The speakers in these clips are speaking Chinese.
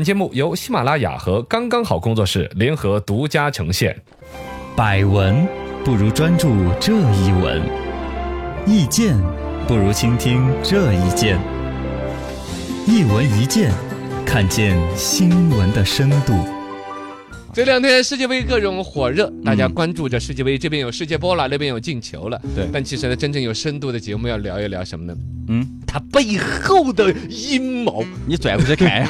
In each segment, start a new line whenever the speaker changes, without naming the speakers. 本节目由喜马拉雅和刚刚好工作室联合独家呈现。
百闻不如专注这一闻，意见不如倾听这一见。一闻一见，看见新闻的深度。
这两天世界杯各种火热，大家关注着世界杯，这边有世界波了，那边有进球了。
对
但其实呢，真正有深度的节目要聊一聊什么呢？
嗯，
它背后的阴谋。
你转过去看呀、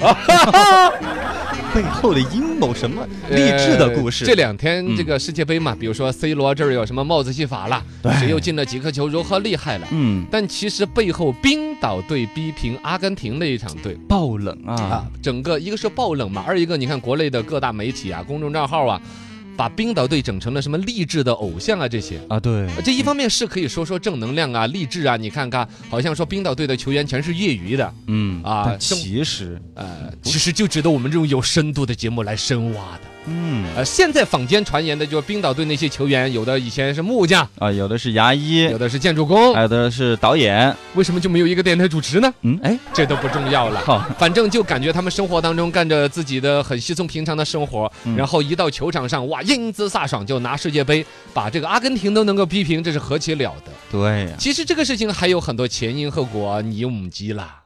啊 背后的阴谋，什么励志的故事？
呃这两天
嗯
这个世界杯嘛，比如说 C 罗这儿有什么帽子戏法
嗯
了，谁又进了几颗球，如何厉害了？
嗯，
但其实背后冰岛队逼平阿根廷那一场队
爆冷啊
啊，整个一个是爆冷嘛，二一个你看国内的各大媒体啊、公众账号啊，把冰岛队整成了什么励志的偶像啊这些。
啊！对，
这一方面是可以说说正能量啊、励志啊，你看看，好像说冰岛队的球员全是业余的，
嗯
啊
但其实，
呃，其实就值得我们这种有深度的节目来深挖的。
嗯
呃，现在坊间传言的就是冰岛队那些球员，有的以前是木匠，
啊，有的是牙医，
有的是建筑工
还，有的是导演，
为什么就没有一个电台主持呢？
嗯，哎，
这都不重要了。
好，
反正就感觉他们生活当中干着自己的很稀松平常的生活，
嗯
然后一到球场上，哇，英姿飒爽，就拿世界杯，把这个阿根廷都能够逼平，这是何其了得！
对呀、
其实这个事情还有很多前因后果，你唔知啦。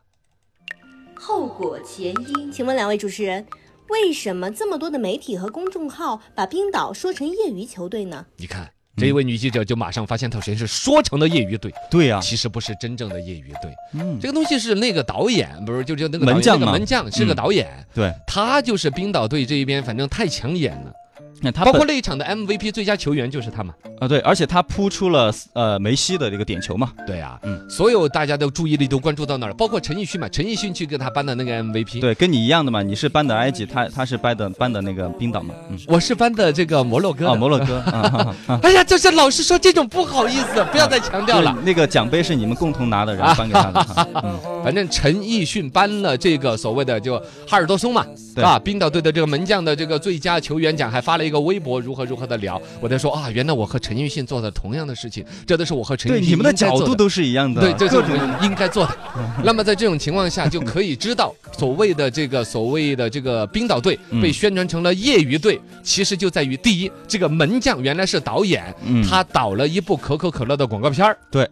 后果前因。
请问两位主持人，为什么这么多的媒体和公众号把冰岛说成业余球队呢？
你看，
嗯
这一位女记者就马上发现，她首先是说成的业余队，
对呀、
其实不是真正的业余队。
啊嗯，
这个东西是那个导演，不是就就那个
门
导演
将
那
嘛
个门将是个
嗯
导演，
对，
他就是冰岛队这一边，反正太抢眼了。
那他
包
本
括那一场的 MVP 最佳球员就是他嘛。
啊，对，而且他扑出了呃梅西的这个点球嘛，
对啊，
嗯
所有大家的注意力都关注到那儿，包括陈奕迅嘛，陈奕迅去给他颁的那个 MVP。。
对，跟你一样的嘛，你是搬的埃及，他他是搬的搬的那个冰岛嘛，嗯，
我是颁的这个摩洛哥的
啊，摩 洛啊哥，啊哈哈啊，
哎呀，就是老是说这种不好意思，不要再强调
就是
了。啊
那个奖杯是你们共同拿的，然后颁给他的， 哈嗯，
反正陈奕迅颁了这个所谓的就哈尔多松嘛，
对
啊，冰岛队的这个门将的这个最佳球员奖，还发了一个微博，如何如何的聊。我在说啊，原来我和陈奕迅做的同样的事情，这都是我和陈奕
对，
迅
你们的
应该
角
做
度都是一样的，
对，这是
各
我
种嗯
们应该做 的。那么在这种情况下，就可以知道所谓的这个所谓的这个冰岛队
嗯
被宣传成了业余队，其实就在于第一，这个门将原来是导演，
嗯
他导了一部可口可乐的广告片儿。
对。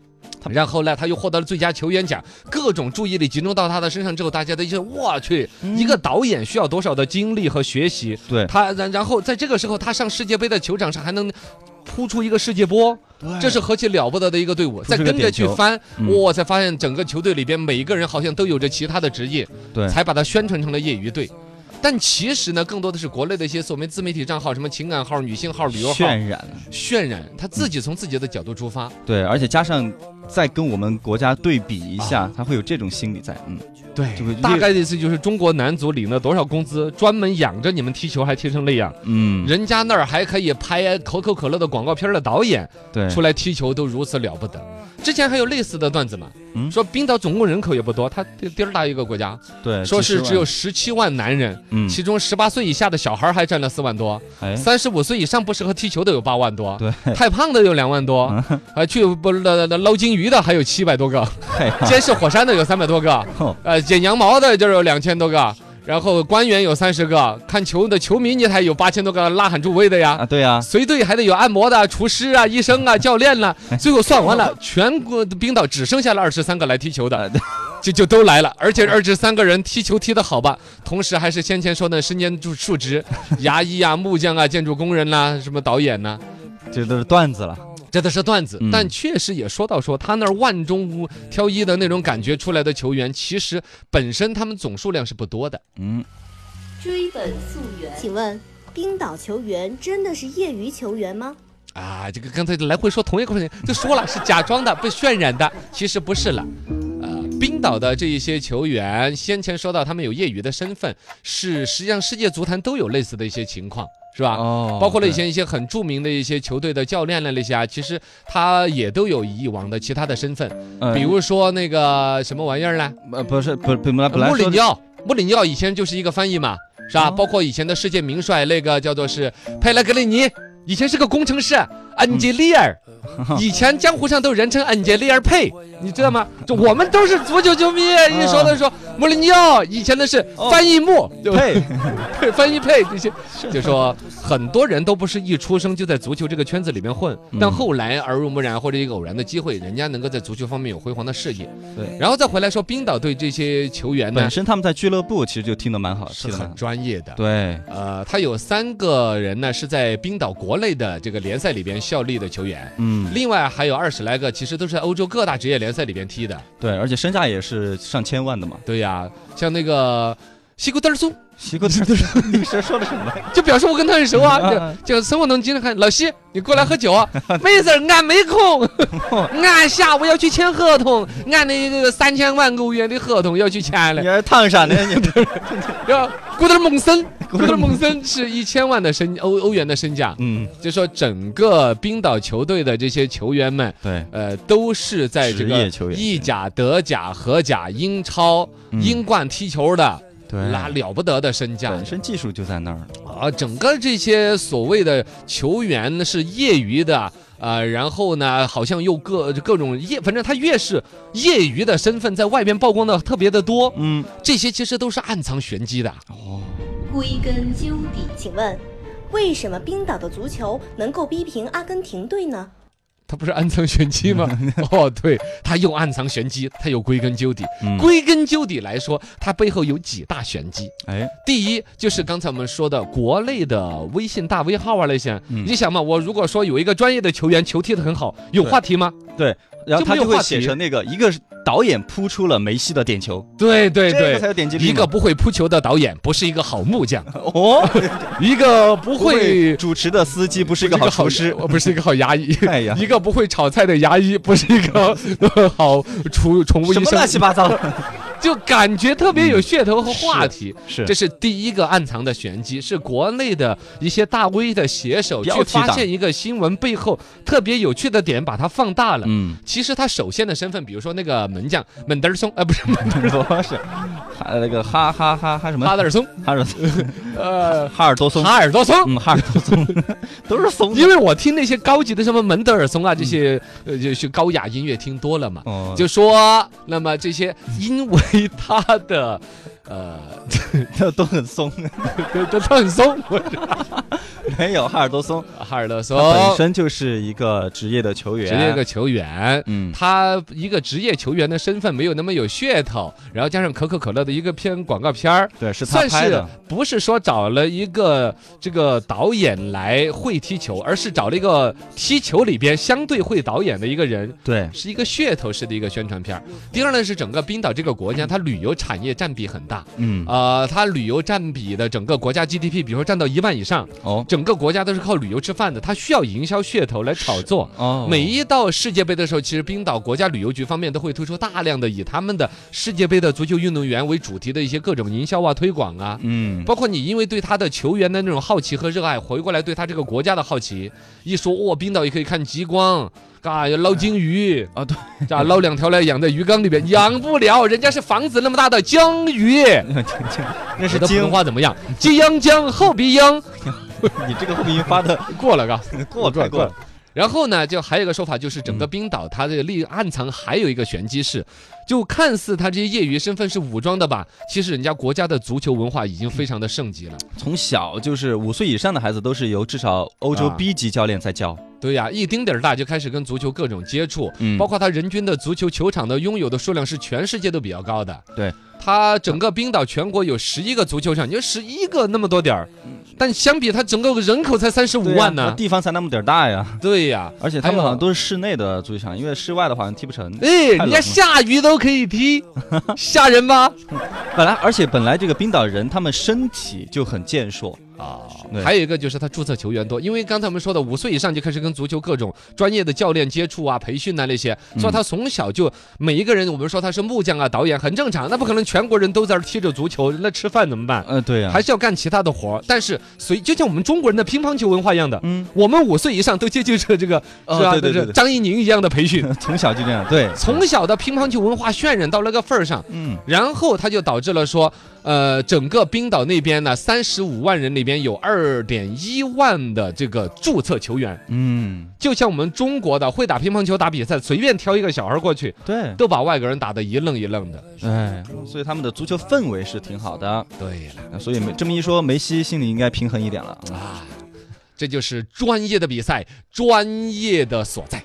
然后呢，他又获得了最佳球员奖，各种注意力集中到他的身上之后，大家都一些我去，一个导演需要多少的精力和学习？
嗯对
他，然然后在这个时候，他上世界杯的球场上还能扑出一个世界波，这是何其了不得的一个队伍。
出这
再
哎个
跟着去
点球
翻
嗯，
我才发现整个球队里边每一个人好像都有着其他的职业，
对
才把它宣传成了业余队。但其实呢，更多的是国内的一些所谓自媒体账号，什么情感号、女性号、旅游号
渲染，
渲染，他自己从自己的角度出发。
对，而且加上再跟我们国家对比一
啊
下，他会有这种心理在，嗯，
对
这个
大概的意思就是中国男足领了多少工资，专门养着你们踢球，还踢成那样。
嗯，
人家那儿还可以拍可口可乐的广告片儿的导演
对，
出来踢球都如此了不得。之前还有类似的段子嘛，
嗯
说冰岛总共人口也不多，它第第二大一个国家，
对，
说是
呃70万
只有，十七万男人，
嗯，
其中十八岁以下的小孩还占了四万多，
哎，
三十五岁以上不适合踢球的有八万多，
对，嗯
太胖的有两万多， 啊，去不捞捞金鱼的还有七百多 个，
太胖
监视火山的有三百多个
哦，
呃，剪羊毛的就是有两千多个。然后官员有三十个，看球的球迷你还有八千多个呐喊助威的呀
啊，，对呀，
随队还得有按摩的、厨师啊、医生啊、教练 啦、最后算完了，全国的冰岛只剩下了二十三个来踢球的，
啊对
就就都来了。而且二十三个人踢球踢得好吧，同时还是先前说的身兼数数 职，牙医啊、木匠啊、建筑工人啦、什么导演呐、
这都是段子了，
这都是段子
嗯。
但确实也说到说他那儿万中无挑一的那种感觉出来的球员，其实本身他们总数量是不多的。
嗯，
追本溯源，
请问冰岛球员真的是业余球员吗？
啊，这个刚才来回说同一个问题，就说了是假装的、被渲染的，其实不是了。呃，冰岛的这一些球员，先前说到他们有业余的身份，是实际上世界足坛都有类似的一些情况，是吧？
哦
啊包括了以
对
前一些很著名的一些球队的教练了那些啊，其实他也都有以往的其他的身份，
呃
比如说那个什么玩意儿呢？
呃，不是，不是，本来本来
穆里
说
尼奥，穆里尼奥以前就是一个翻译嘛，是吧？
哦
包括以前的嗯 世界名帅那个叫做是佩莱格里尼，以前是个工程师，安吉利尔，以前江湖上都人称安杰利尔 佩，你知道吗？就我们都是足球球迷，一说都说穆里尼奥，以前的是翻译穆，嗯哦对吧？
嘿，
对，翻 译配这些，就说很多人都不是一出生就在足球这个圈子里面混，但后来耳濡目染或者一个偶然的机会，人家能够在足球方面有辉煌的事业。
对，
然后再回来说冰岛队这些球员呢
本身他们在俱乐部其实就听得蛮好，
啊是
踢得蛮
很
好
专业的。
对，
呃，他有三个人呢是在冰岛国内的这个联赛里边效力的球员，
嗯，
另外还有二十来个其实都是在欧洲各大职业联赛里边踢的。
对，而且身价也是上千万的嘛。
对呀、像那个西古德尔松，
西哥，这是 你是说的什么来着？
就表示我跟他很熟啊，
啊
就就生活中经常看老西，你过来喝酒 啊，妹子儿，俺没 空，俺下午要去签合同，俺的这个三千万欧元的合同要去签
你
了。
还烫啥呢？你这，
然后古德尔蒙 森，古德尔蒙森是一千万的身欧欧元的身价，
嗯，
就说整个冰岛球队的这些球员们。
对，
呃，都是在这
职
个
业球员嗯
意甲、德甲、荷甲、英超、英冠踢球的，
对，
拿了不得的身价，
本身技术就在那儿了。
啊，整个这些所谓的球员呢是业余的。呃，然后呢，好像又各各种业，反正他越是业余的身份在外边曝光的特别的多，
嗯，
这些其实都是暗藏玄机的。
归根究底，
请问，为什么冰岛的足球能够逼平阿根廷队呢？
他不是暗藏玄机 吗？哦，对，他又暗藏玄机，他又归根究底。
嗯
归根究底来说，它背后有几大玄机。
哎，
第一就是刚才我们说的国内的微信大 V 号啊那些，
嗯
你想嘛，我如果说有一个专业的球员球踢得很好，有
对
话题吗？
然后他
就没有
就会
话
写
题
成那个，一个是导演扑出了梅西的点球，
对对
这
对
个才，有点击率嘛。
一个不会扑球的导演不是一个好木 匠，
哦，
一个不
不会
会
主持的司机不是一个好厨师，
不是一个好牙医
哎 呀，
一个不会炒菜的牙医不是一个 好厨宠物
什
医
么乱
生，
七八糟的？
就感觉特别有噱头和话题。
是
这是第一个暗藏的玄机，是国内的一些大 V 的写手
标
去
题党
发现一个新闻背后特别有趣的点，把它放大了。
嗯，
其实他首先的身份，比如说那个门将门德尔松，呃，不
嗯
是门
不是，哈那个哈哈哈哈什么
哈德尔松，
哈尔
呃，
哈尔多松，
哈尔多松，
嗯，哈尔多松都是松的，
因为我听那些高级的什么门德尔松啊，这些
嗯
呃就是高雅音乐听多了嘛，
哦
就说那么这些，因为他的呃
就都很松，
都都很松，我
没有哈尔多松，
哈尔勒松
他本身就是一个职业的球员，
哦职业个球员。
嗯，
他一个职业球员的身份没有那么有噱头，然后加上可口可乐的一个片广告片儿，
对，是他
算
拍
是
的，
不是说找了一个这个导演来会踢球，而是找了一个踢球里边相对会导演的一个人，
对，
是一个噱头式的一个宣传片儿。第二呢是整个冰岛这个国家，它旅游产业占比很大，
嗯，
呃，它旅游占比的整个国家 GDP，比如说占到一半以上，
哦
整个国家都是靠旅游吃饭的，它需要营销噱头来炒作。
哦，
每一到世界杯的时候，其实冰岛国家旅游局方面都会推出大量的以他们的世界杯的足球运动员为主题的一些各种营销啊、推广啊。
嗯，
包括你因为对他的球员的那种好奇和热爱，回过来对他这个国家的好奇，一说哦，冰岛也可以看极光，啊，要捞金鱼
啊对，
啊，捞两条来养在鱼缸里边，养不了，人家是房子那么大的江 鱼，
那是
我的普
鲸
通，话怎么 样？既央江后鼻央
你这个后鼻音 发的
过了嘎。过
过了
了
过
过
了
了，然后呢，就还有一个说法，就是整个冰岛它这个立暗藏还有一个玄机是，就看似它这些业余身份是武装的吧，其实人家国家的足球文化已经非常的盛极了。
从小就是五岁以上的孩子都是由至少欧洲
啊
B 级教练在教，
对呀、一丁点儿大就开始跟足球各种接触，
嗯
包括它人均的足球球场的拥有的数量是全世界都比较高的。
对，
它整个冰岛全国有十一个足球场，你说十一个那么多点儿，
嗯
但相比它整个人口才三十五
对呀
万
那
呢。
地方才那么点儿大呀。
对呀、
而且他们
还有
好像都是室内的足球场，因为室外的话好像踢不成。
哎，
太冷
人家
了
下雨都可以踢，吓人吧？
本来，而且本来这个冰岛人他们身体就很健硕，
啊
对，
还有一个就是他注册球员多，因为刚才我们说的五岁以上就开始跟足球各种专业的教练接触啊、培训啊那些，所以
嗯
他从小就每一个人，我们说他是木匠啊、导演很正常，那不可能全国人都在这踢着足球，那吃饭怎么办？
呃，对呀、
还是要干其他的活儿。但是随就像我们中国人的乒乓球文化一样的，
嗯
我们五岁以上都接受着这个
哦
是吧？
对对
就是
对对
张怡宁一样的培 训，
从小就这样，对，
从小的乒乓球文化渲染到那个份儿上。
嗯，
然后它就导致了说，呃，整个冰岛那边呢，三十五万人里里边有二点一万的这个注册球员，
嗯，
就像我们中国的会打乒乓球打比赛，随便挑一个小孩过去，
对，
都把外国人打得一愣一愣的。
哎，所以他们的足球氛围是挺好的，呃
对了，
那所以梅这么一说，梅西心里应该平衡一点了。
这就是专业的比赛，专业的所在。